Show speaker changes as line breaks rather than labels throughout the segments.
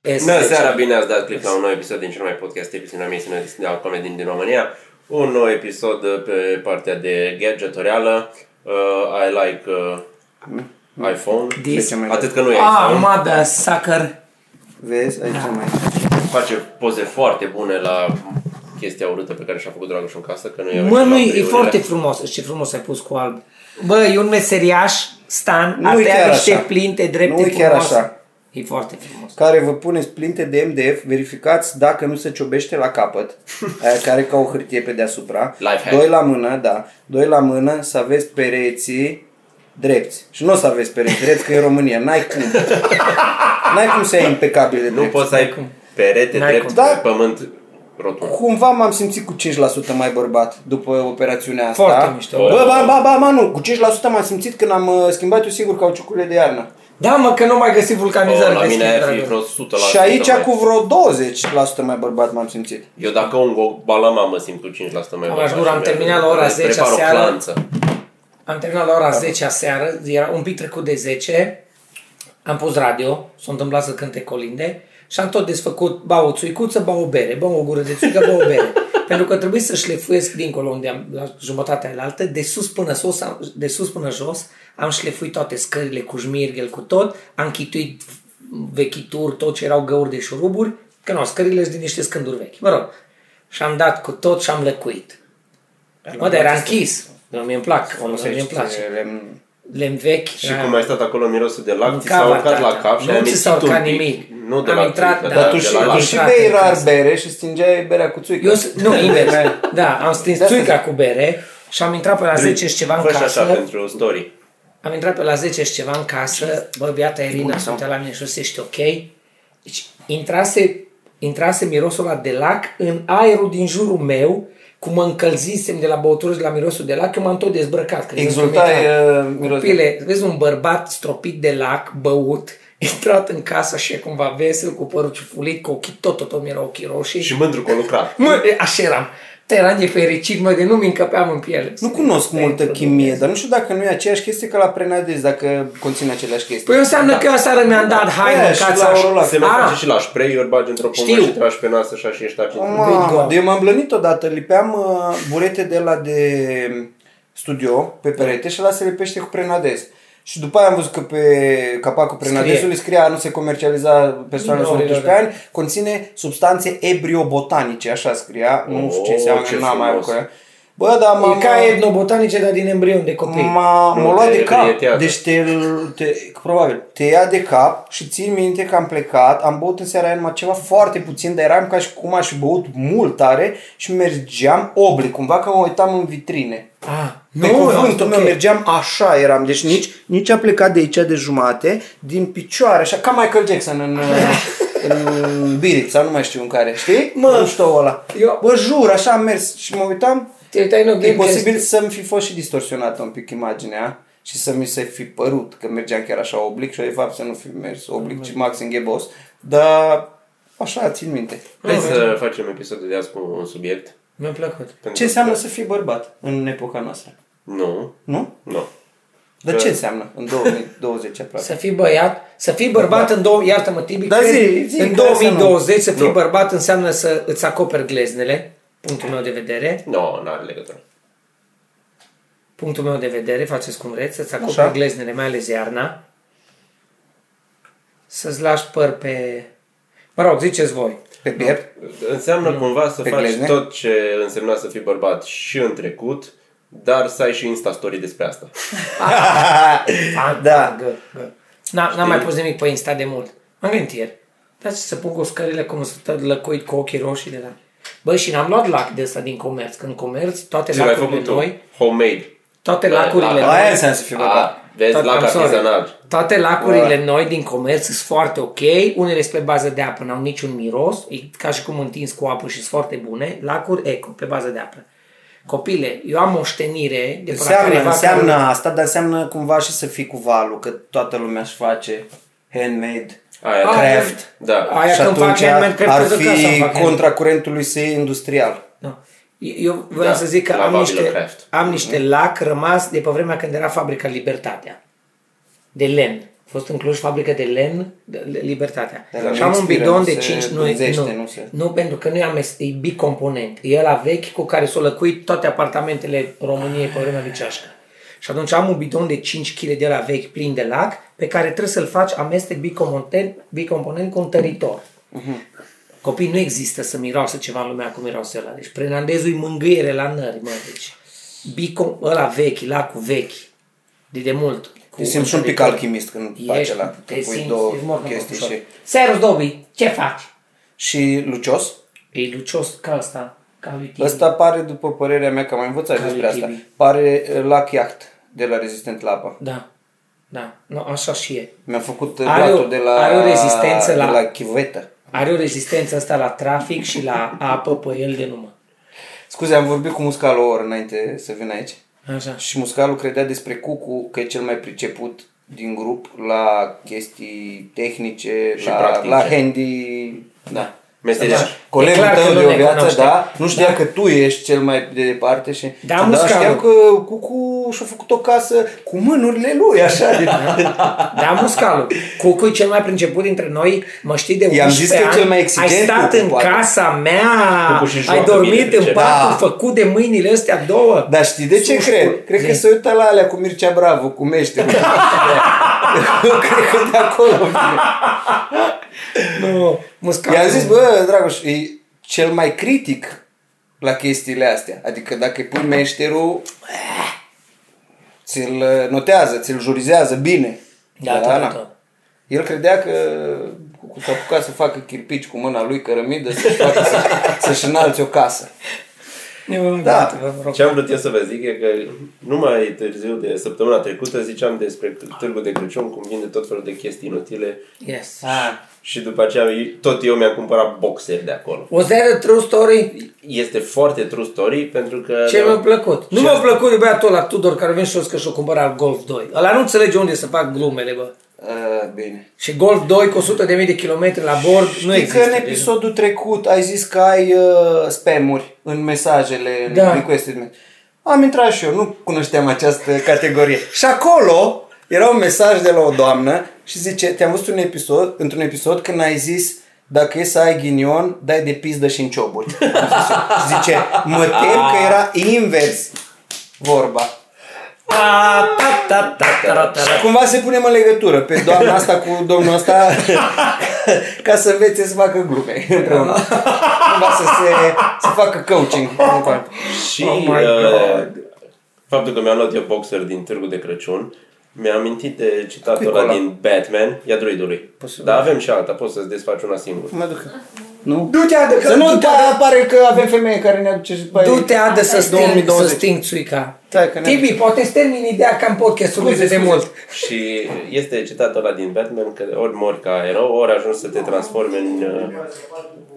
Este
Bună
ce-
seara, bine ați dat click la un nou episod din cel mai podcast emisiunea emisiunea de comedy din România. Un nou episod uh, pe partea de gadgetorială. Uh, I like uh, iPhone.
Mm. This-
Deci, Atât că nu e
Ah,
iPhone.
mother sucker!
Vezi,
Da.
aici nu mai
Face poze foarte bune la chestia urâtă pe care și-a făcut Dragoș în casă, că nu e
Mă,
la
nu, e
priurile.
foarte frumos. Ce frumos ai pus cu alb. Bă, e un meseriaș, Stan,
Nu
a
e
tăiat
chiar
niște
așa.
plinte drepte
Nu e chiar
frumoase.
așa.
E foarte frumos.
care vă puneți plinte de MDF, verificați dacă nu se ciobește la capăt, aia care ca o hârtie pe deasupra,
Lifehack.
doi la mână, da, doi la mână, să aveți pereții drepți. Și nu o să aveți pereți drepți, că e România, n-ai cum. N-ai cum să ai impecabil de
Nu
drept.
poți să ai perete
N-ai
drept
cum.
pe
Da.
pământ rotund. Oh,
Cumva m-am simțit cu 5% mai bărbat după operațiunea asta.
Foarte mișto.
Bă, ba, ba, ba, ba, nu, cu 5% m-am simțit când am uh, schimbat eu singur cauciucurile de iarnă.
Da, mă, că nu mai găsi vulcanizare.
Oh, la
de
mine
schimb,
ar fi
dragă.
vreo 100%.
Și aici
mai-
cu vreo 20% mai bărbat m-am simțit.
Eu dacă un go- balama mă simt cu 5% mai
Am
bărbat
ajuns, am
și
terminat
mi-a-
la ora
îmi
10
prepar o
seară.
clanță.
Am terminat la ora 10 seară, era un pic trecut de 10, am pus radio, s-a întâmplat să cânte colinde și am tot desfăcut, ba o țuicuță, ba o bere, ba o gură de țuică, ba o bere. Pentru că trebuie să șlefuiesc dincolo unde am, la jumătatea alaltă, de sus până, sus, am, de sus până jos, am șlefuit toate scările cu șmirghel, cu tot, am chituit vechituri, tot ce erau găuri de șuruburi, că nu, scările sunt din niște scânduri vechi. Mă rog, și am dat cu tot și am lăcuit. Mă, dar era închis. Nu mi-mi plac, nu mi-mi place
Lemn-
lemn vechi.
Și cum ai stat acolo mirosul de lac, ți
Mâncava,
s-a urcat
tata.
la cap și
da, Nu
ai
ți s-a
amețit un
urcat
pic.
nimic.
Nu de
Am
la
intrat,
țuică,
da.
dar
Dar tu
de
și,
la
lac.
tu
lac.
și
Intrat
bei
în
rar
casă.
bere și stingeai berea cu țuică.
Eu, s- nu, invers. da, am stins țuica cu bere și am intrat pe la 10 și ceva în
Fă și așa
casă.
pentru story.
Am intrat pe la 10 și ceva în casă. Bă, beata Irina s-a uitat la mine și a zis, ești ok? Deci, intrase, intrase mirosul ăla de lac în aerul din jurul meu, cum mă încălzisem de la băutură și de la mirosul de lac, eu m-am tot dezbrăcat. că
Exultai uh, miros. de-
Copile, vezi un bărbat stropit de lac, băut, intrat în casă și e cumva vesel, cu părul ciufulit, cu ochii, tot, tot, tot mi erau ochii roșii.
Și mândru că lucrat.
Mă, e, așa eram. Te eram de fericit, mă, de nu mi încăpeam în piele.
Nu cunosc multă chimie, dar nu știu dacă nu e aceeași chestie ca la prenadez, dacă conține aceleași chestii.
Păi înseamnă că eu seară mi-am dat haine
Da. Aia
în
și
cața
la ăla,
Se mai
Ah,
face și la spray, ori bagi într-o pungă
Știu. Ah.
și tragi pe nas așa și ești acint.
Good God.
Mamă, de eu m-am blănit odată, lipeam uh, burete de la de studio pe
Da.
perete și ăla se lipește cu prenadez. Și după aia am văzut că pe capacul prenadezului scria nu se comercializa persoanele sub
Minorilor,
18 ani, conține substanțe ebriobotanice, așa scria, nu știu ce
Oh,
înseamnă,
ce
n-am mai
frumos.
apucat. Bă, da, dar
E
m-am...
ca etnobotanice, dar din embrion de copii.
M-a,
Nu,
m-a luat
te
de cap.
prietează.
Deci te, te, probabil, te ia de cap și țin minte că am plecat, am băut în seara aia numai ceva foarte puțin, dar eram ca și cum aș fi băut mult tare și mergeam obli, cumva că mă uitam în vitrine.
Ah,
Pe
nu,
cuvântul meu
ok.
mergeam așa eram, deci nici, nici a plecat de aici de jumate, din picioare, așa, ca Michael Jackson în, în Birit sau nu mai știu în care, știi?
Mă.
nu știu ăla.
Eu-
Bă, jur, așa am mers și mă uitam,
Te uitai în
E
oglindă.
posibil să-mi fi fost și distorsionată un pic imaginea și să mi se fi părut că mergeam chiar așa oblic și de fapt să nu fi mers oblic, ci maxim ghebos, dar așa țin minte.
Hai să facem episodul de azi cu un subiect.
Mi-a plăcut.
pentru
Ce înseamnă să fii bărbat în epoca noastră?
Nu,
Nu?
nu. Da.
Dar ce înseamnă în 2020 aproape?
Să fii băiat, să fii bărbat în două, iartă-mă Tibi,
Da,
cred,
zi, zi,
în
că asta nu.
2020 să fii
Nu.
bărbat înseamnă să îți acoperi gleznele, punctul meu de vedere,
Nu, nu are legătură.
punctul meu de vedere, faceți cum vreți, să-ți acoperi
Așa.
gleznele, mai ales iarna, să-ți lași păr pe... Mă rog, ziceți voi.
Pe piept?
Înseamnă cumva să
Pe
faci
glezne?
tot ce însemna să fii bărbat și în trecut, dar să ai și Insta story despre asta.
da.
Gă, gă. N-am n-am mai pus nimic pe Insta de mult. Am gândit ieri. Da, ce să pun cu scările cum să lăcuit cu ochii roșii de la... Bă, și n-am luat lac de ăsta din comerț. Când comerț, toate
Ce l-ai
lacurile
făcut tu?
noi,
Homemade.
toate
Bă,
lacurile
lac.
noi,
Aia înseamnă să fii bărbat.
Da, A, vezi,
Toate-
lac
I'm sorry.
artizanal.
Toate lacurile noi din comerț sunt foarte ok, unele sunt pe bază de apă, n-au niciun miros, e ca și cum întins cu apă și sunt foarte bune, lacuri eco, pe bază de apă. Copile, eu am moștenire de pe la
Înseamnă,
careva
înseamnă
care-
asta, dar înseamnă cumva și să fii cu valul, că toată lumea își face handmade.
Aia, da.
Craft.
Da.
Aia
și
când fac
atunci
handmade, cred
ar
că de acasă
fi
fac handmade.
contra curentului săi industrial.
Nu. Eu vreau
Da,
să zic că
la Mhm.
am
Babylon
niște,
Craft.
am niște lac rămas de pe vremea când era fabrica Libertatea. De len. fost în Cluj fabrică de lemn, de- de- Libertatea.
Dar la
și am
nu
un
expiră,
bidon
nu
de
se
5, nu,
pânzește,
nu,
nu se-
nu, pentru că nu e amestec, e bicomponent. E la vechi cu care s-au lăcuit toate apartamentele României pe vremea lui Ceașcă. Și atunci am un bidon de 5 kg de la vechi plin de lac, pe care trebuie să-l faci amestec bicomponent, bicomponent cu un tăritor. Copii nu există să miroasă ceva în lumea cum miroase ăla. Deci prenandezul e mângâiere la nări, mă, deci. Bicom, ăla vechi, lacul vechi, de demult. cu
Te simți și un pic
tăritor.
alchimist când faci
Ești-
ăla,
te
când pui
simți,
două
ești mort în
chestii
cocoșor.
și...
Serus Dobi, ce faci?
Și lucios?
E lucios ca asta, ca lui Tibi.
Ăsta pare, după părerea mea, că am mai învățat
Ca
despre
lui
asta,
Tibi.
pare uh, lac iaht de la rezistent la apă.
Da, da, no, așa și e.
Mi-a făcut
Are o-
blatul de la,
are o rezistență
de
la-
la chivetă.
Are o rezistență asta la trafic și la apă pe el de numă.
Scuze, am vorbit cu Muscalu o oră înainte să vin aici
Așa.
și Muscalu credea despre Cucu că e cel mai priceput din grup la chestii tehnice,
Și
la,
practice.
la handy, da.
Meseria.
Da. E
Colegul
clar că
tău
nu
de o
ne
viață,
cunoaște.
da? Nu știa
Da.
că tu ești cel mai de departe și...
Da,
dar
Muscalu.
știam că Cucu și-a făcut o casă cu mânurile lui, așa, de,
Da, Muscalu. Cucu e cel mai priceput dintre noi. Mă știi de
I-am
11
zis că e
ani.
cel mai exigent
Ai stat
Cucu,
în
poate.
casa mea.
Cucu și joacă
Ai
bine,
dormit în
pricep.
patul
Da.
făcut de mâinile astea două.
Dar știi de ce
Sușcu.
cred? Cred că
Zi.
se uită la alea cu Mircea Bravo, cu meșterul. Eu cred că de acolo vine.
Nu, Muscalu.
Da. I-am zis, bă, Dragoș, e cel mai critic la chestiile astea. Adică dacă îi pui meșterul, eh, ți-l uh, notează, ți-l jurizează bine.
Da, da,
na.
da.
El credea că cu- s-a apucat să facă chirpici cu mâna lui cărămidă, să-și, facă, să, să-și înalți o casă. Da.
Da, vă rog.
Ce am vrut eu să vă zic e că numai târziu de săptămâna trecută ziceam despre târgul de Crăciun, cum vinde tot felul de chestii inutile
Yes.
și după aceea eu- tot eu mi-am cumpărat boxeri de acolo.
Was that a true story?
Este foarte true story pentru că...
Ce
Da.
mi-a plăcut? Nu
Și
mi-a
asta-
plăcut de băiatul ăla Tudor care vine și că și-o cumpărat Golf 2. Ăla nu înțelege unde să fac glumele, bă.
Uh, bine.
Și Golf 2 cu 100 de mii de kilometri la bord nu
Știi
există.
că în
deci-
episodul trecut ai zis că ai uh, spamuri în mesajele, da.
Da.
în requested me- Am intrat și eu, nu cunoșteam această categorie. Și acolo era un mesaj de la o doamnă și zice, te-am văzut un episod, într-un episod când ai zis dacă e să ai ghinion, dai de pizdă și în cioburi. Am zis eu. Și zice, mă tem că era invers vorba.
Ta, ta, ta, ta, ta, ta, ta.
Și cumva se punem în legătură pe doamna asta cu domnul ăsta ca să învețe să facă glume împreună.
Da.
cumva să se să facă coaching.
Și
Oh my
uh,
God.
faptul că mi-am luat eu boxer din Târgul de Crăciun, mi-a amintit de
Cui
citatul ăla
ăla?
din Batman, ia druidului.
Posibil.
Dar avem și alta, poți să-ți desfaci una singură.
Mă duc. Nu?
Du-te, adă, că-
Să nu
du-te,
da, pare că avem femeie care ne aduce și pe
Du-te, adă să sting, să
2020.
sting țuica.
Stai că ne-
Tibi, poate să termini ideea ca în podcastul
Scuze,
de de
scuze.
mult.
Și este citatul ăla din Batman că ori mori ca erou, ori ajungi să te transformi în,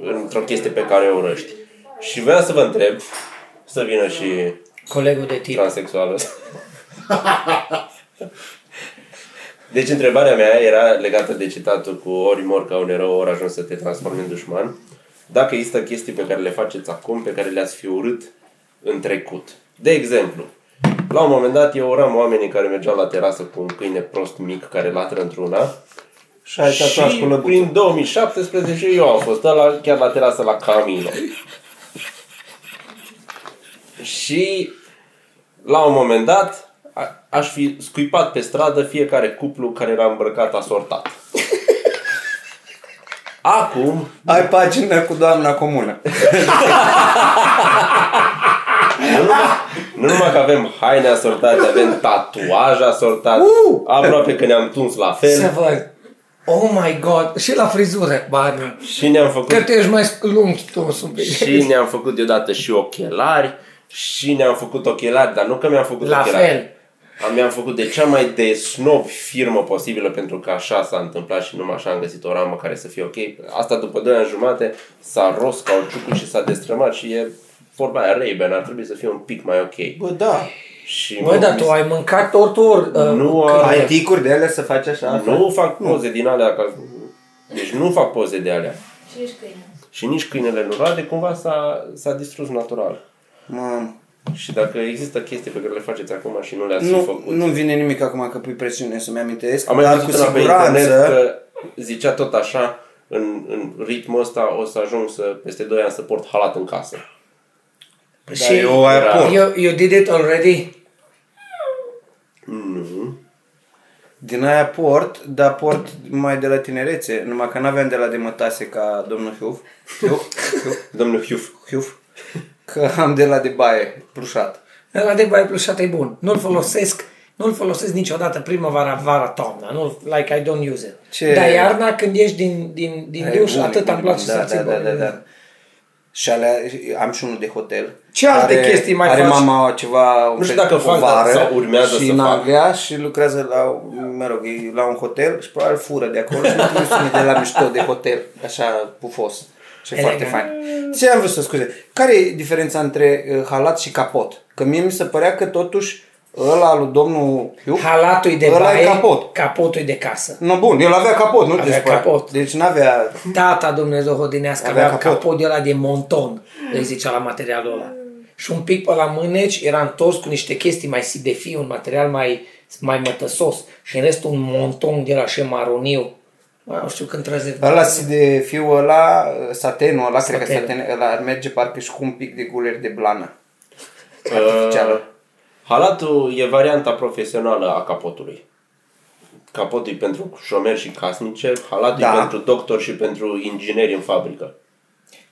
uh, într-o chestie pe care o urăști. Și vreau să vă întreb, să vină și
Colegul de Tibi.
transexuală. Deci întrebarea mea era legată de citatul cu ori mor ca un erou, ori ajuns să te transformi în dușman. Dacă există chestii pe care le faceți acum, pe care le-ați fi urât în trecut. De exemplu, la un moment dat eu uram oamenii care mergeau la terasă cu un câine prost mic care latră într-una
Și ai tatuaj
și
cu lăbuță.
prin 2017 eu am fost ăla chiar la terasă la Camilo. și la un moment dat a- aș fi scuipat pe stradă fiecare cuplu care era îmbrăcat asortat. Acum,
Ai pagina cu doamna comună.
nu numai, nu numai că avem haine asortate, avem tatuaje asortate,
Uh!
aproape că ne-am tuns la
Să
fel
văd. Oh my god, și la frizură, bani.
și ne-am făcut
Că tu ești mai lung tu, sunt pe
Și ne-am făcut deodată și ochelari și ne-am făcut ochelari, dar nu că mi-am făcut
La
ochelari.
fel.
Am, mi-am făcut de cea mai de snob firmă posibilă pentru că așa s-a întâmplat și numai așa am găsit o ramă care să fie ok. Asta după 2 ani jumate s-a rost cauciucul și s-a destrămat și e vorba aia ray ar trebui să fie un pic mai ok.
Bă, da.
Și
Bă,
mă-
dar tu uh, ai mâncat tortur.
Nu ai-
Ai ticuri de alea să faci așa?
nu fac poze din alea, ca... deci nu fac poze de alea.
Și nici câine.
Și nici câinele lui Rade cumva s-a, s-a distrus natural.
Mamă.
Și dacă există chestii pe care le faceți acum și nu le-ați fi
Nu,
făcut.
nu vine nimic acum că pui presiune să-mi amintesc,
Am mai
dar cu
văzut una pe internet
siguranță...
că zicea tot așa, în, în ritmul ăsta o să ajung să, peste 2 ani să port halat în casă.
Da, eu aia
era-
pun.
you, you did it already?
Nu.
Din aia port, dar port mai de la tinerețe, numai că n-aveam de la de mătase ca domnul Hiuf. Hiuf, Hiuf,
Domnul Hiuf.
Hiuf. Că am de la de baie, prușat.
La de baie plușat e bun. Nu-l folosesc, nu-l folosesc niciodată primăvara, vara, toamna. Nu, like I don't use it.
Ce-
Ce? Dar iarna când ieși din, din, din
Ai
duș,
bun,
atât
e
am
bun,
place să ții
da, da, da,
bani.
da. Și alea, am și unul de hotel.
Ce alte chestii mai
are
faci?
mama ceva, un
Nu știu
fel de
dacă fac, dar
vară
sau urmează
și
să
în
fac.
Anglia și lucrează la, mă rog, e la un hotel și probabil fură de acolo și nu sună de la mișto de hotel, așa pufos. Și e foarte
Elegant.
fain. Ce am vrut să scuze? Care e diferența între uh, halat și capot? Că mie mi se părea că totuși ăla lui domnul Hugh,
Halatul e de
ăla
baie,
e capot.
capotul e de casă.
No, bun, el avea capot, nu te
Avea
spăra.
capot.
Deci n-avea
Tata Dumnezeu hodinească
Avea
avea, avea
capot.
capot de ăla de monton, îi zicea la materialul ăla. Și un pic pe la mâneci era întors cu niște chestii mai sidefi, un material mai, mai mătăsos. Și în rest un monton de la și maroniu. Mă, Nu știu când trăzesc.
Ăla si de fiu ăla, satenul ăla, cred că
Satenul.
saten, ăla ar merge parcă și cu un pic de guler de blană.
Uh,
Artificială.
halatul e varianta profesională a capotului. Capotul e pentru șomeri și casnice, halatul
Da.
e pentru doctor și pentru ingineri în fabrică.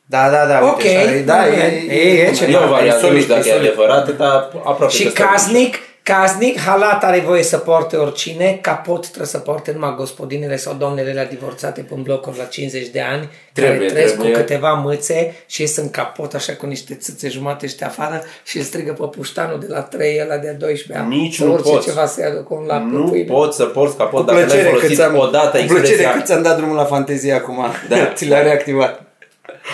Da, da, da,
Ok,
uite, așa, e, da,
bine.
e, e, e,
E o
ceva, e
variantă, nu
solid,
știu
e
dacă e
solid.
adevărată, dar aproape
Și
că stabil.
casnic, casnic, halat are voie să poarte oricine, capot trebuie să poarte numai gospodinele sau doamnele la divorțate pe un blocuri la 50 de ani,
Trebuie,
care trăiesc
trebuie.
cu câteva mâțe și ies în capot așa cu niște țâțe jumate și de afară și îl strigă pe puștanul de la 3, ăla de 12 ani.
Nici
Sau
nu
orice
poți.
ceva să ia cu un lapte
Nu
pâine.
poți să porți capot
Păi da. Cu
dacă n-ai
plăcere că
folosit
ți-am,
odată
cu plăcere
expresia.
că ți-am dat drumul la fantezie acum,
Da.
ți l-a reactivat.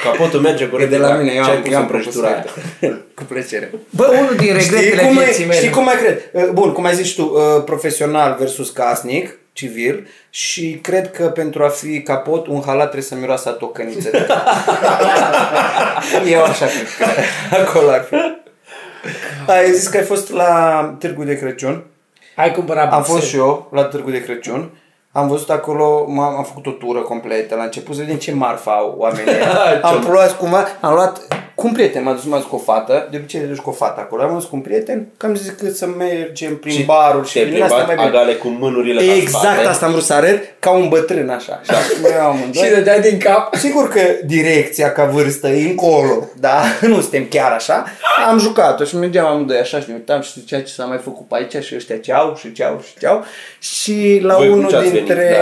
Capotul merge
E
corect
de la mine, eu
ce ai
am,
pus
eu
în
am propus
prăjitura aia.
Cu plăcere.
Bă, unul din regretele
cum
vieții
mai,
mele.
știi cum mai cred? Uh, Bun, cum ai zis tu, uh, profesional versus casnic, civil, și cred că pentru a fi capot, un halat trebuie să miroasă a tocăniță. Eu așa cred. că Acolo ar fi. Ai zis că ai fost la Târgu de Crăciun.
Ai cumpărat
Am
buțe.
fost și eu la Târgu de Crăciun. Am văzut acolo, m-am, am făcut o tură completă la început să vedem ce marfa au oamenii. ăia. am luat cumva, am luat cu un prieten, m-a dus, m-a dus cu o fată, de obicei te duci cu o fată acolo, am dus cu un prieten, că am zis că să mergem prin
Și
baruri și
te-ai
prin astea
plimbat
mai bine.
agale cu mânurile la
Exact
spate.
asta am vrut să arăt, ca un bătrân așa. Și acum eu amândoi.
Și le dai din cap.
Sigur că direcția ca vârstă e încolo, da? Nu suntem chiar așa. Am jucat-o și mergeam amândoi așa și ne uitam și zicea ce s-a mai făcut pe aici și ăștia ce au și ce au și ce au. Și la
Voi cu ce
unul
ați da.
dintre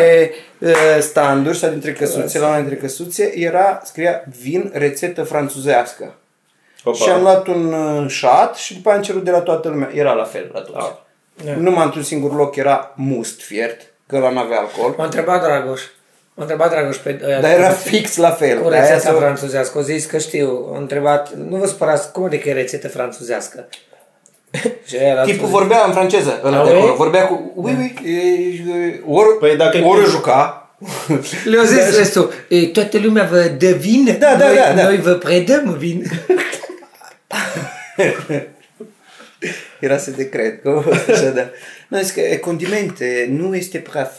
uh, standuri sau dintre căsuțe, la una dintre căsuțe era, scria vin rețetă franțuzească.
Opa.
Și am luat un uh, șat și după aia am cerut de la toată lumea. Era la fel la toți.
Da.
Da.
Numai într-un singur loc era must fiert, că la n-avea alcool.
M-a întrebat Dragoș. M-a întrebat Dragoș pe...
Dar era fix la fel.
Cu
Aia
rețeta
s-a-
franțuzească. O zis că știu. Am întrebat, nu vă spărați, cum adică e rețetă franțuzească? Și era
Tipul
zis,
vorbea în franceză, ăla de
Ah,
acolo,
oui?
vorbea cu... Ui, ui, e- Da. e- ori,
Păi dacă-
ori juca.
Le-au zis restul, "E, toată lumea vă dă vin,
Da, da,
noi,
da, da.
noi vă predăm vin.
Era să te cred că așa, da. Nu, zis că e condimente, nu este praf.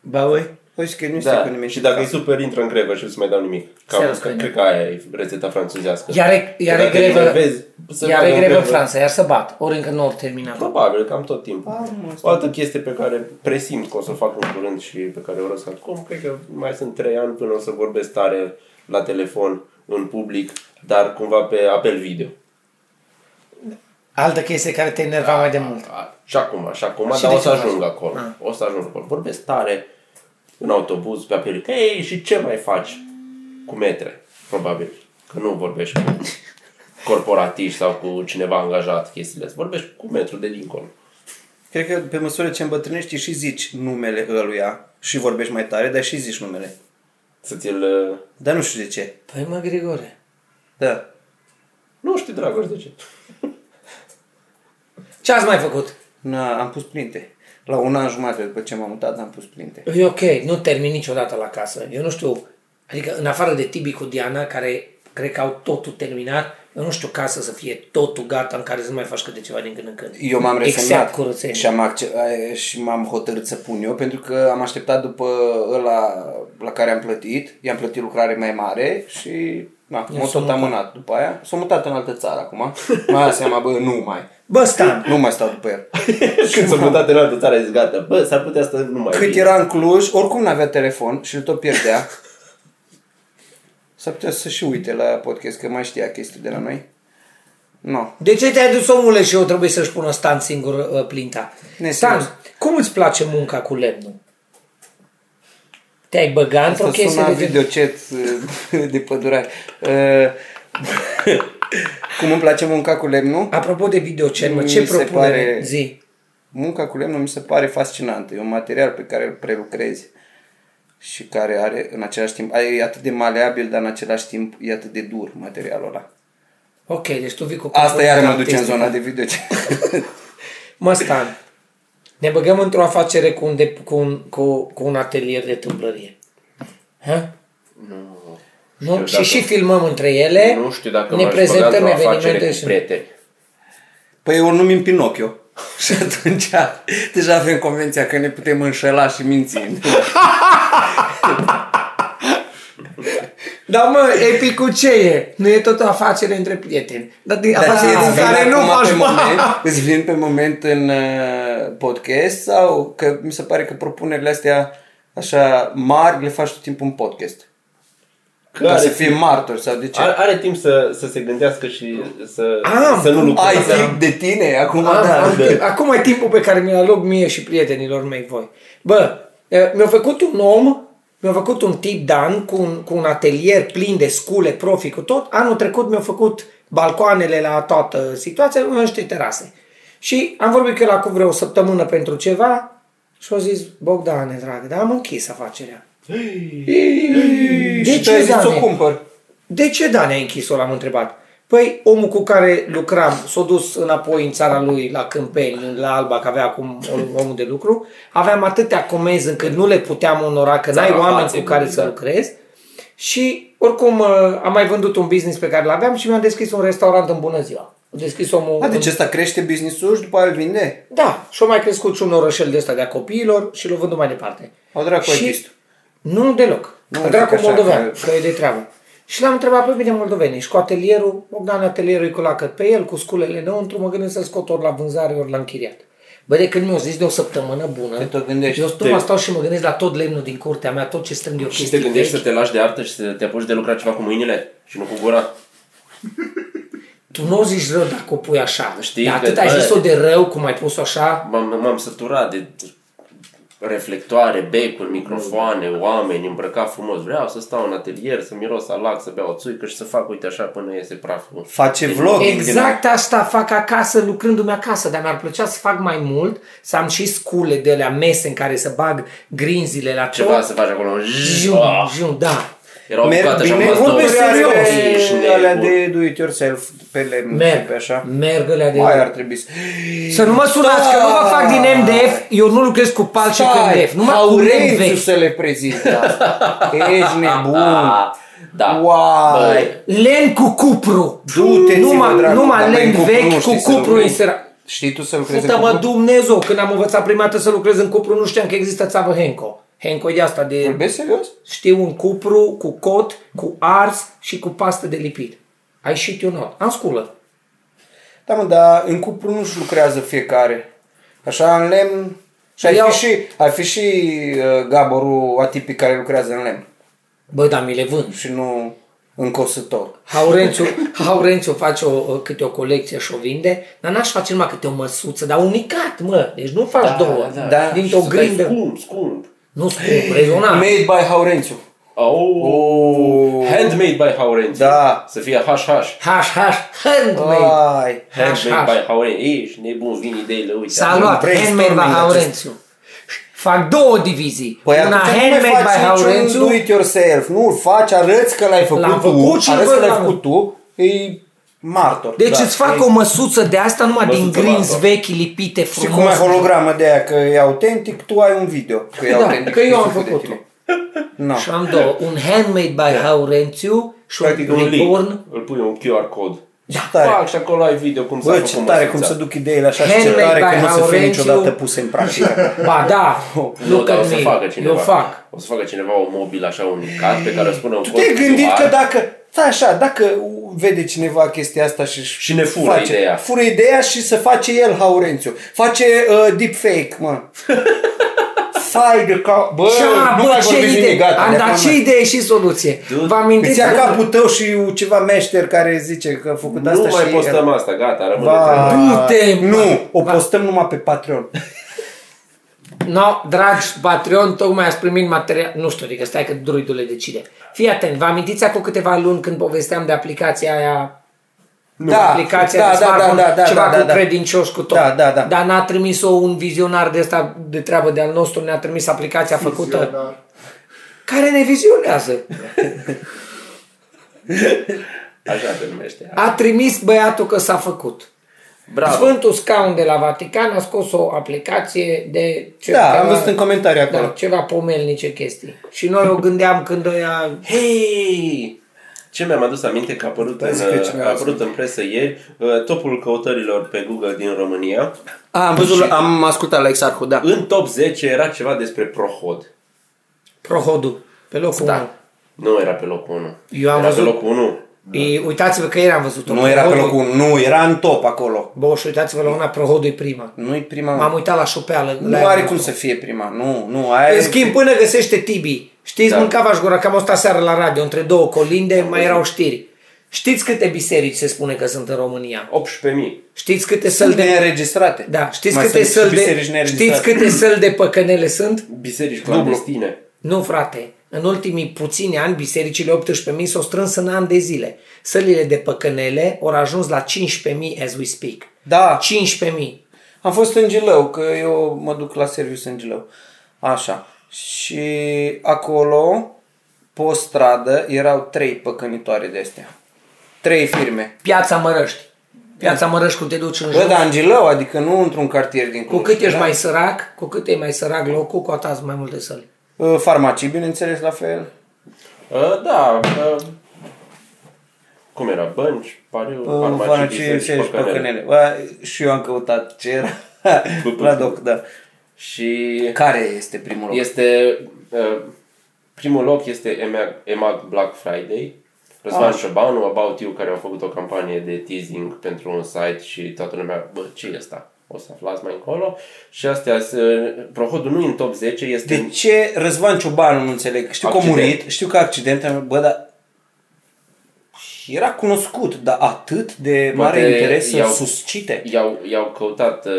Ba ui.
O zis că nu este
Da.
condimente.
Și dacă e super, intră în grevă și nu-ți mai dau nimic. Cam,
Serios,
că,
că-
cred că aia e rețeta franțuzească.
Iar, e- iar e
Dacă
grevă,
enervezi, să
iar e
mergem
grevă în
grevă.
Franța, iar să bat. Ori încă nu au terminat.
Probabil, cam tot timpul. o altă chestie pe care presimt că o să o fac în curând și pe care o răsc acum, cred că mai sunt trei ani până o să vorbesc tare la telefon, în public, dar cumva pe apel video.
Altă chestie care te enerva mai de mult.
A, Și acum, și Ah. acum,
Și
dar
de
o să
ce faci?
ajung acolo. O să ajung acolo. Vorbesc tare în autobuz, pe apel. Ei, și ce mai faci? Cu metre, probabil. Că nu vorbești cu corporatiști sau cu cineva angajat chestiile astea. Vorbești cu metru de dincolo.
Cred că pe măsură ce îmbătrânești și zici numele ăluia și vorbești mai tare, dar și zici numele.
Să ți-l... uh,
Dar nu știu de ce.
Păi mă, Grigore,
Da.
Nu știu, Dragoș, de ce.
ce ați mai făcut?
Na, am pus plinte. La un an jumate după ce m-am mutat, am pus plinte.
E ok, nu termin niciodată la casă. Eu nu știu, adică în afară de Tibi cu Diana, care cred că au totul terminat. Eu nu știu casă să fie totul gata în care să nu mai faci câte ceva din când în când.
Eu m-am
Except
resemnat
Exact, curățenie.
și, am acce- și m-am hotărât să pun eu pentru că am așteptat după ăla la care am plătit, i-am plătit lucrare mai mare și na, m-am
s-a
tot amânat după aia. S-a mutat în altă țară acum. Mai am seama, bă, nu mai.
Bă, Stan,
Nu mai stau după el.
Când s-a mutat în altă țară, a zis, gata, bă, s-ar putea să nu mai
Cât
vin.
era în Cluj, oricum n-avea telefon și îl tot pierdea. S-ar putea să și uite la podcast, că mai știa chestii de la noi. Nu. No.
de ce te-ai dus omule și eu trebuie să-și pună Stan singur uh, plinta?
Neserios.
Stan, cum îți place munca cu lemnul? Te-ai băgat într-o
Asta
chestie de...
sună
gen-
videocet uh, de pădurari. Uh, Cum îmi place munca cu lemnul?
Apropo de videocen, mă,
Mi
ce
se
propune?
pare-
Zi.
Munca cu lemnul mi se pare fascinantă. E un material pe care îl prelucrezi și care are în același timp... E atât de maleabil, dar în același timp e atât de dur materialul ăla.
Ok, deci tu vii cu...
Asta iar mă duce în
artistic.
zona de videocet.
Mă, Stan, ne băgăm într-o afacere cu un, de, cu un, cu, cu un atelier de tâmplărie. Ha?
Nu.
Nu?
Știu,
și
dacă-
și filmăm între ele,
Nu știu dacă
ne
m-aș băga
prezentăm
într-o afacere
evenimente
cu
și...
prieteni.
Păi eu numim Pinocchio. Și atunci deja avem convenția că ne putem înșela și mințim.
Dar Da, mă, epicul ce e? Nu e tot o afacere între prieteni. Dar din afacere
Dar
Păi, din
vin
care nu
acum
faci
pe moment,
bani.
Îți vin pe moment în uh, podcast sau că mi se pare că propunerile astea așa mari le faci tot timpul în podcast. Ca
Care
să
fi-
fie martor sau de ce?
Are, are timp să, să se gândească și să,
Am,
să nu lucreze.
Ai timp de tine acum,
Am-
da.
am timp. Acum e timpul pe care mi-l aloc mie și prietenilor mei voi. Bă, eh, mi-a făcut un om, mi-a făcut un tip Dan cu un, cu un atelier plin de scule, profi cu tot. Anul trecut mi-a făcut balcoanele la toată situația, în niște terase. Și am vorbit cu el acum vreo săptămână pentru ceva și au zis, Bogdane, dragă, dar am închis afacerea.
și tu ai zis să o cumpăr.
De ce Dan ai închis-o, l-am întrebat. Păi omul cu care lucram s-a dus înapoi în țara lui la Câmpeni, la Alba, că avea acum om- omul de lucru. Aveam atâtea comenzi încât nu le puteam onora, că n-ai
Țara
oameni
faței,
cu care
nu,
să
da.
lucrezi. Și oricum uh, am mai vândut un business pe care l-aveam și mi-am deschis un restaurant în bună ziua. Am deschis omul...
A,
în-
deci ăsta crește business-ul și după aia îl vinde?
Da, și-a mai crescut și un orășel de ăsta de-a copiilor și l-a vândut mai departe.
Au dracu
Și-
artistul.
Nu deloc.
Nu,
Nu, dracu
zic așa,
moldovean,
că-
că... e de treabă. Și l-am întrebat pe mine moldovenii și cu atelierul, Bogdan atelierul e cu lacăt pe el, cu sculele înăuntru, mă gândesc să-l scot ori la vânzare, ori la închiriat. Bă, de când mi-au zis de o săptămână bună,
Te tot gândești.
eu stau, stau și mă gândesc la tot lemnul din curtea mea, tot ce strâng eu
Și te
chestii
gândești să
vechi.
te lași de artă și să te apuci de lucrat ceva cu mâinile și nu cu gura.
Tu nu o zici rău dacă o pui așa.
Știi
Dar
că-
atât ai
bă.
zis-o de rău, cum ai pus-o așa.
M-am, m-am săturat de reflectoare, becuri, microfoane,
Mm.
oameni, îmbrăcat frumos. Vreau să stau în atelier, să miros a lac, să beau o țuică și să fac, uite așa, până iese praful.
Face vlog.
Exact asta fac acasă, lucrându-mi acasă, dar mi-ar plăcea să fac mai mult, să am și scule de la mese în care să bag grinzile la
Ceva
tot.
să faci acolo. Zzz,
Jum,
ah!
jum, da.
Era o
Merg
bucată și
bine
am luat două
vorbesc serios.
sticluri și
vorbele alea
nebun.
de do it yourself pe lemn și
Merg,
pe așa.
merg alea de...
Mai ar trebui să...
Să nu mă sunați, că nu vă fac din MDF, eu nu lucrez cu pal și cu
Stai,
MDF, numai cu lemn
Aurențiu
vechi.
să le prezinte asta. Ești nebun.
Ah, Da.
Uai.
Bă,
Lemn cu cupru.
Du-te, zi, mă,
numai,
dragul,
numai
dar
lemn
lemn cu
vechi
cupru nu
cu
știi să
cupru
lucrezi.
inserat.
Știi tu să lucrezi cu
Pută-mă
cupru?
Dumnezeu, când am învățat prima dată să lucrez în cupru, nu știam că există țavă Henco. Henco e de asta de...
Vorbesc serios?
Știu un cupru cu cot, cu ars și cu pastă de lipit. Ai și you not. Am sculă.
Da, mă, dar în cupru nu-și lucrează fiecare. Așa, în lemn... Și ai
Iau-
fi și, ai fi și uh, gaborul atipic care lucrează în lemn
Bă, dar mi le vând.
și nu în cosător.
Haurențiu, Haurențiu face o, câte o colecție și o vinde, dar n-aș face numai câte o măsuță, dar unicat, mă. Deci nu faci da, două.
da.
Da.
Dintr-o
să dai
grindă.
Scump, scump.
Nu scump, rezonabil.
Made by Haurențiu.
Oh. Handmade by Haurențiu.
Da.
Să fie HH.
Haș, haș, handmade.
Ai.
Haș,
Handmade
haș.
by Haurențiu. Ești nebun, vin ideile, uite.
S-a luat
brainstorming
handmade by
acest.
Haurențiu. Fac două divizii.
Păi
Una
atunci nu
handmade
mai faci
by
niciun
Haurențiu.
do it yourself. Nu îl faci, arăți că l-ai făcut
L-am
tu.
făcut și
arăți
văd
că l-ai
la
făcut tu. E martor.
Deci
da.
îți fac o măsuță de asta numai din
Măsuță
grinzi
martor.
vechi lipite
Și cum
frumos.
ai hologramă de aia că e autentic, tu ai un video că e
Da,
autentic.
că
și
eu am
făcut de
făcut-o.
tine.
Ah.
No.
Și am două. Un handmade by Haurențiu și un
Da. Practic un link,
reborn.
îl pui un QR code.
Ce
Fac
Da.
tare.
și acolo ai video cum s-a
Bă,
făcut
ce tare cum
măsuța.
se duc ideile așa și ce
Handmade
tare
by
că nu se fie
Laurențiu.
niciodată puse în practică.
Ba da,
Nu,
look
dar o
at
să
me.
facă cineva.
Eu fac.
O să facă cineva o mobil așa unicat pe care o spune un
Tu
cod
te-ai gândit
QR.
că da- dacă Stai așa, dacă vede cineva chestia asta și
Și ne fură
face,
ideea.
Fură ideea și se face el Haurențiu. Face uh, deepfake, mă. Sai de cap. Bă,
Cea,
nu
bă,
mai
ce
vorbim
idee.
nimic, gata.
Am
ne-am
dat ce
mai-
idee și soluție.
Du-
Vă amintiți?
Îți ia capul tău și ceva meșter care zice că a făcut
Nu
asta și...
mai postăm asta, gata, rămâne
Ba,
treaba.
Du-te, mă.
nu, o
Ba.
postăm numai pe Patreon.
No, dragi Patreon, tocmai ați primit material, nu știu, adică stai că druidule decide. Fii atent, vă amintiți acum câteva luni când povesteam de aplicația aia
Da,
aplicația
da,
de
da,
smartphone,
da, da, da,
ceva
da,
cu
da.
credincioși cu tot.
Da, da, da.
Dar n-a trimis-o un vizionar de ăsta de treabă de al nostru, ne-a trimis aplicația făcută
Vizionar.
care ne vizionează.
Așa te numește.
A trimis băiatul că s-a făcut.
Bravo.
Sfântul Scaun de la Vatican a scos o aplicație de
Da, am văzut în comentarii acolo.
da, ceva pomelnice chestii. Și noi o gândeam când ăia
Hei! Ce mi-am adus aminte că a apărut,
Da,
în, uh,
zic că ce mi-a
a
adus
apărut în presă ieri uh, topul căutărilor pe Google din România.
Da.
A, am văzut, am ascultat la Exarhu, da.
În top 10 era ceva despre Prohod.
Prohodul pe locul da.
Nu era pe locul 1.
Eu am
era
văzut-
pe locul 1.
E, uitați-vă că ieri am văzut-o.
Nu era pe
Prohodul-
locul, nu, era în top acolo.
Bă, și uitați-vă la una, Prohodul e prima.
Nu-i
M-am
prima.
uitat la șopeală. la
Ah. Nu
ea.
are cum să fie prima, nu, nu, aia
În
e-
schimb, până găsește Tibi. Știți,
Da.
da. mâncava gura, că am stat seară la radio, între două colinde,
Da.
mai erau știri. Știți câte biserici se spune că sunt în România?
18.000.
Știți câte
Sunt
săli
de
de...
înregistrate.
Da, știți
Mai
câte
sunt și
săli de...
biserici neregistrate.
Știți câte săli de păcănele sunt?
Biserici clandestine.
Nu, frate. În ultimii puțini ani, bisericile 18.000 s-au strâns în ani de zile. Sălile de păcănele au ajuns la 15.000 as we speak.
Da,
15.000.
am fost în Gilău, că eu mă duc la serviciu în Gilău. Așa. Și acolo, pe o stradă, erau trei păcănitoare de astea. Trei firme.
Piața Mărăști. Piața Mărăști, cum te duci în
Bă,
jos.
dar în Gilău, adică nu într-un cartier din
Cu
Cluj. da?
cât ești mai sărac, cu cât e mai sărac locul, cu atât sunt mai multe săli.
Uh, Farmacii, bineînțeles, la fel.
Uh, da. Uh, cum era? Bănci, pariu,
În
farmacii,
farmacie,
biserici,
biserici,
păcănele.
păcănele. Bă, și eu am căutat ce era la doc, da.
Și
Care este primul loc?
este... Uh, primul loc este EMAG, EMAG Black Friday.
Ah.
Răzvan Șobanu, About You, care au făcut o campanie de teasing pentru un site și toată lumea, bă, ce e asta? O să aflați mai încolo. Și astea, se- Prohodul nu e în top 10, este...
De ce Răzvan Ciobanu, nu înțeleg, știu
Accident.
că a murit, știu că accident, bă, dar era cunoscut, dar atât de mare
Poate
interes să
i-au-
suscite.
I-au, i-au căutat uh,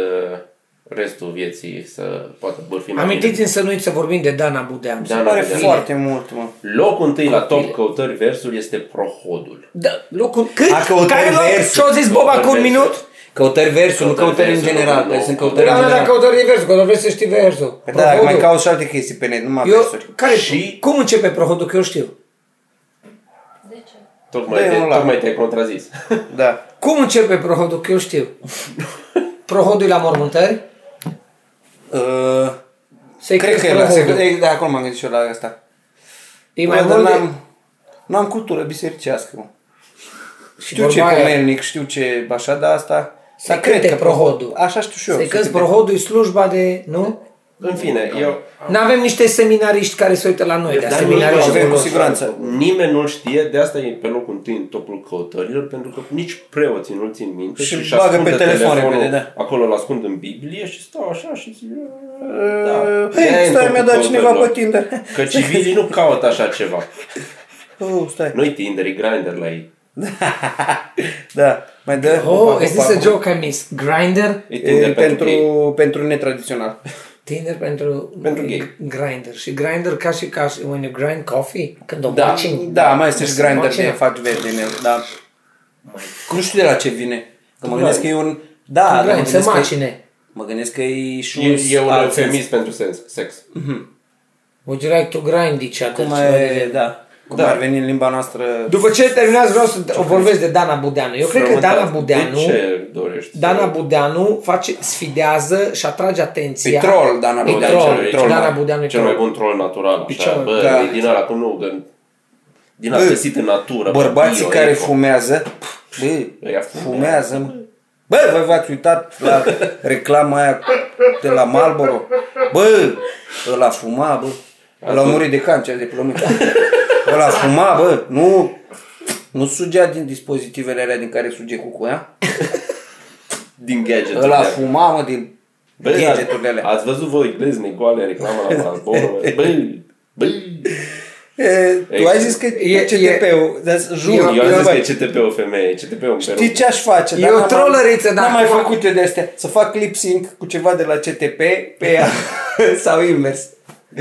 restul vieții să poată bârfi mai bine.
Amintiți-mi să nu uiți să vorbim de Dana Budeam.
Da.
Îmi pare
Bine.
foarte mult, mă.
Locul întâi la top căutări versul este Prohodul.
Da, locul cât?
A căutat
Care loc?
versul.
Și-au zis Bob acum un
Căutări
minut?
Căutări versul, nu
Căutări
căutări în
versul,
general,
nu,
că
nu.
sunt
Da,
căutări în
da, da,
general.
căutări versul, că nu vrei să știi versul.
Păi Da, mai
Prohodul.
caut și alte chestii pe net, numai
Eu,
versuri.
care,
Și-
cum începe prohodul, că eu știu.
Tocmai,
Dă-i
te,
unul la-
tocmai te-ai contrazis.
Da.
Cum începe prohodul, că eu știu. Prohodul e la mormântări,
Uh,
se
Cred că e la
prohodul.
secundă. De acolo m-am gândit și eu la asta.
E
Bă,
mai
dar
mult de...
n-am, n-am cultură bisericească. Mă.
Și
Știu ce
vorba aia,
pomelnic, știu ce așa, dar asta...
Se
dar
cânte prohodul.
Așa știu și eu.
Se
să
cântă
cânte.
prohodul, e slujba de... Nu?
În fine, eu...
Nu avem niște seminariști care se uită la noi, dar
Dar
seminariști
nimeni-
Deci avem cu
acolo.
siguranță.
Nimeni nu-l știe, de asta e pe locul întâi în topul căutărilor, pentru că nici preoții nu-l țin minte
Și
își
bagă
ascundă
pe telefon repede, da.
Acolo îl ascund în Biblie și stau așa și zic... "Eh,
Uh,
da.
hei,
De-aia e în
stai, mi-a
topul
dat cineva
căutărilor.
pe Tinder.
Că civilii nu caută așa ceva.
Oh, stai.
Noi Tinder, e grinder la ei.
Da, mai dă.
Oh,
Pacu,
is this a
pacu.
joke I missed? Grinder?
E
E,
Tinder pentru gay.
pentru, pentru netradițional.
Da. Tinder pentru,
Pentru gay.
grinder. Și grinder ca și ca și when you grind coffee, când o
Da.
faci în-
Da, mai este și
Se
grinder
face-
de faci verde în el, da. Nu știu de la ce vine. Că mă gândesc că e un... Da,
Grind,
dar mă
se
gândesc că-
macine.
Mă gândesc că e și un
E, e un
alt sens.
eufemism pentru sens, sex.
Would you like to grind each other?
Cum
Ceva de
e,
genul.
da. cum
Da.
ar veni în limba noastră.
După ce terminați, vreau să vorbesc de Dana Budeanu. Eu cred că Dana Budeanu...
De ce dorești?
Dana Budeanu face, sfidează și atrage atenția.
E troll, Dana
E
Budeanu,
troll,
cel-
troll,
cel
Dana
mai-
Budeanu e
Cel
troll.
mai bun troll natural, așa.
Picior,
Bă,
da.
e din ala cum nu, că din
Bă,
ala găsit în natură. pe
Bărbații
bio,
care
eco.
fumează, bă,
Ăia
fumează, mă. Bă, voi v-ați uitat la reclama aia de la Marlboro? Bă, ăla fuma, bă. Ăla a murit de cancer de plămâni. Ăla fuma, bă, nu... Nu sugea din dispozitivele alea din care suge cucuia.
Din gadget.
Ăla
Da.
fuma, mă, din gadgeturile alea.
Ați văzut voi glezne goale, reclama la Marlboro? Băi, băi.
E, tu ai zis că
E-
e CTP-ul, dar jur.
Eu am zis
bă,
că e CTP o femeie, CTP un
Știi
peruc.
ce aș face?
E
dar
o
n-am-
trollăriță, dar
N-am mai
acum-
făcut eu de astea. Să fac lip sync cu ceva de la CTP pe ea. Sau invers.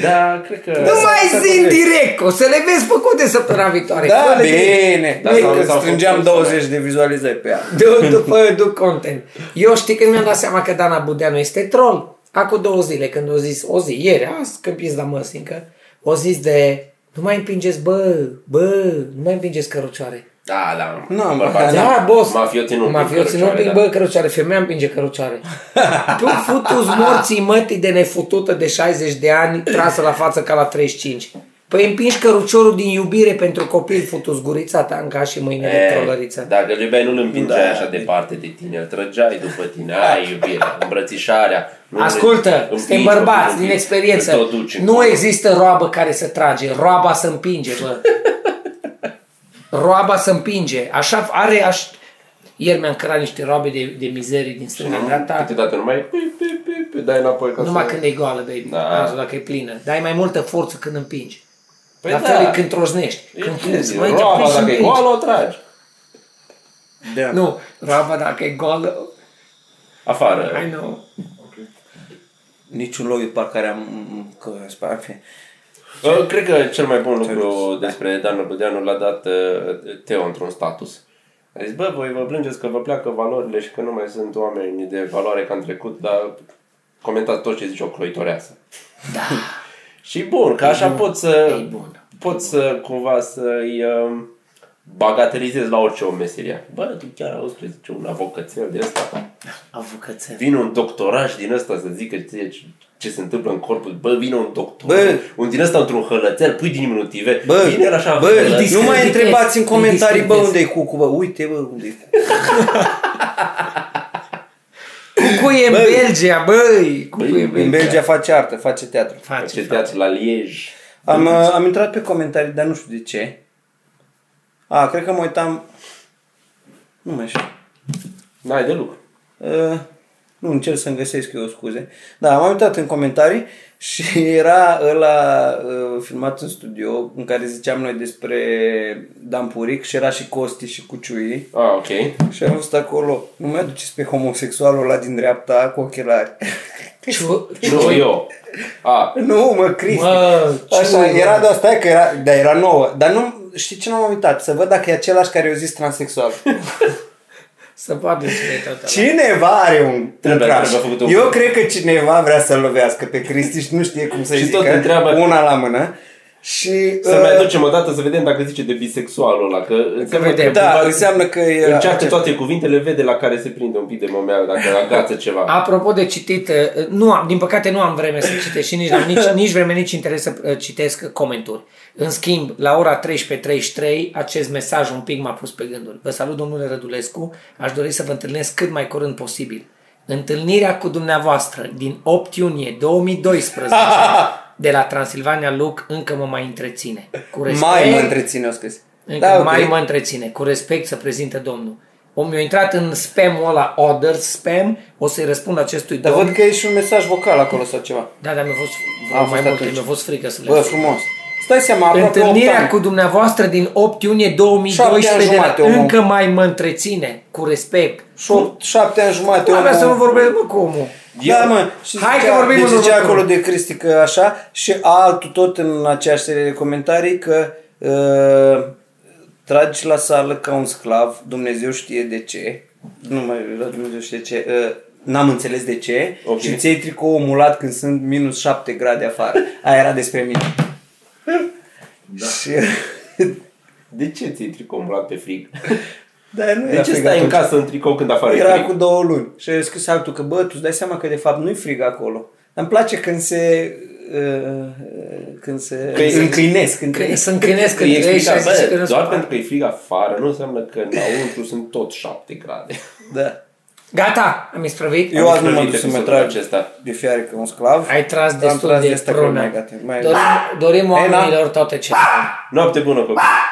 Da, cred că...
Nu mai
Să
zi în
vorbim.
direct, o să le vezi făcute săptămâna viitoare.
Da,
Fă-le
bine.
Da,
Bine
s-au-
că
s-au
strângeam
făcut, s-au
20 de vizualizări pe ea.
Du- după du content. Eu știi că mi-am dat seama că Dana Budeanu este troll. Acum două zile, când o zis, o zi, ieri, azi, când pis la măsincă, o zis de, nu mai împingeți, bă, bă, nu mai împingeți cărucioare.
Da, da.
Nu, mă,
Da,
bărbații.
da boss.
Mafioții nu
Mafioții nu
da.
împing, bă, cărucioare. da. Femeia împinge cărucioare. tu futu-ți morții mătii de nefutută de 60 de ani, trasă la față ca la 35. Păi împingi căruciorul din iubire pentru copil, futu-ți gurița ta în ca și mâine de trolăriță.
Dacă îl Da, iubeai, nu-l
Da,
împingeai așa departe de tine, îl trăgeai după tine, ai iubire, îmbrățișarea. nu le-
Ascultă,
împingi,
suntem
împingi,
bărbați din
împingi,
experiență.
îl tot duci
Nu
încolo.
există roabă care să trage, roaba să împinge, bă. roaba să împinge. Așa are, aș... Ieri mi-am cărat niște roabe de, de mizerii din stânga în dreapta,
Câteodată nu mai pi, pi, pi, pi, dai înapoi ca
numai
să...
când e goală, baby,
Da.
da. dacă e plină. Dai mai multă forță când împingi.
Păi
La
da.
fel e când troznești.
E
Când
chestie,
fuzi, mai
roaba, dacă e
împingi.
goală, o tragi.
Da.
Nu, roaba dacă e goală, I
Afară.
know.
Niciun lobby parcare am... Că, ar fi.
Uh, Cred că cel mai bun lucru
Da.
despre Dan Budeanu l-a dat uh, Teo într-un status. A zis, bă, voi vă plângeți că vă pleacă valorile și că nu mai sunt oameni de valoare ca în trecut, dar comentați tot ce zice o croitoreasă.
Da,
Și bun, că așa pot să...
E bun.
Pot să cumva să-i um, bagatelizez la orice o meserie. Bă, tu chiar auzi că zice un avocățel de ăsta.
avucățel.
Vine un doctoraj din ăsta să zică ție ce, ce se întâmplă în corpul. Bă, vine un doctor.
Bă.
Un din ăsta într-un hălățel, pui diminutive.
Bă,
vine el așa.
bă
hălățel.
discreditez,
nu mai întrebați în
îl
comentarii, bă,
discreditez.
unde e cucu, bă, uite, bă, unde e cucu.
Cucuie în
Băi.
Belgia, băi! Cucuie în
Băi.
Belgia.
În Belgia face artă, face teatru.
Face,
Ce
face.
teatru la Liej.
Am, uh, am intrat pe comentarii, dar nu știu de ce. A, cred că mă uitam... Nu mai știu.
N-ai de lucru.
Uh, nu încerc să-mi găsesc eu scuze. Da, m-am uitat în comentarii și era ăla uh, filmat în studio în care ziceam noi despre Dan Puric și era și Costi și Cuciui.
Ah, ok.
Și am văzut acolo, nu mai aduceți pe homosexualul ăla din dreapta cu ochelari.
Ciu-
Nu, eu. A,
nu, mă, Cristi.
Mă, ce
Așa,
ui,
era
mă.
de asta că era, da, era nouă. Dar nu, știi ce nu am uitat? Să văd dacă e același care eu zis transexual.
Să vadă cine e tot ăla.
Cineva are un, un
Trebuie-
crash.
trebuie făcut un-
Eu cred că cineva vrea să-l lovească pe Cristi și nu știe cum să-i
Și
zică.
tot întreabă-
Una la mână. Și...
să
uh,
mai ducem o dată să vedem dacă zice de bisexualul ăla. Că înseamnă
vedem.
că
Da,
cumva
înseamnă că e...
Încearcă toate cuvintele, vede la care se prinde un pic de momeală, dacă agață ceva.
Apropo de citit, uh, nu am, din păcate nu am vreme să citesc și nici, n-am nici, nici vreme, nici interes să uh, citesc comenturi. În schimb, la ora 13.33, acest mesaj un pic m-a pus pe gânduri. Vă salut, domnule Rădulescu, aș dori să vă întâlnesc cât mai curând posibil. Întâlnirea cu dumneavoastră din 8 iunie 2012 de la Transilvania Luc încă mă mai întreține. Cu respect,
Mai mă întreține, o scris.
Încă da, mai mă întreține. Cu respect să prezintă domnul. Om, mi-a intrat în spamul ăla, order spam, o să-i răspund acestui
Dar
domn.
văd că e și un mesaj vocal acolo sau ceva.
Da, dar mi-a fost,
A, a
mai
fost
mult,
atunci.
mi-a fost frică să le
Bă,
spun.
frumos. Stai seama, aproape opt
Întâlnirea
ani.
cu dumneavoastră din 8 iunie
Șapte
2012
ani
de la,
jumate, omul.
încă mai mă întreține, cu respect.
Și opt- șapte ani jumate.
Tu avea
omul-
să nu vorbesc, mă, cu omul.
Da, mă, și
Hai
zicea,
că vorbim
deci
în
zicea
următorul.
acolo de Cristi că așa și altul tot în aceeași serie de comentarii că uh, tragi la sală ca un sclav, Dumnezeu știe de ce, nu mai la Dumnezeu știe ce, uh, n-am înțeles de ce
Ok.
și ți-ai tricou mulat când sunt minus 7 grade afară. Aia era despre mine. Da. Și
De ce ți-ai tricou umblat pe frig?
Dar nu
De ce stai în casă în tricou când afară e
Era
frig?
cu două luni. Și a scris altul că, bă, tu îți dai seama că de fapt nu-i frig acolo. Dar îmi place când se... Uh, când se...
Că e-
se înclinesc. Când
Că să înclinesc
Îi
între ei și
explica,
a zice că
bă,
nu
doar
sunt-
pentru că e frig afară nu înseamnă că înăuntru sunt tot 7 grade.
Da.
Gata, am isprăvit.
Eu azi nu m-am
Prăvit
dus să mă
episodul
trag
acesta.
de fiare că un sclav.
Ai tras
Am
destul
tras
de
asta că
prună.
mai da. gata. Mai-
Dorim, dorim
Ena?
oamenilor toate ce
Noapte bună, copii!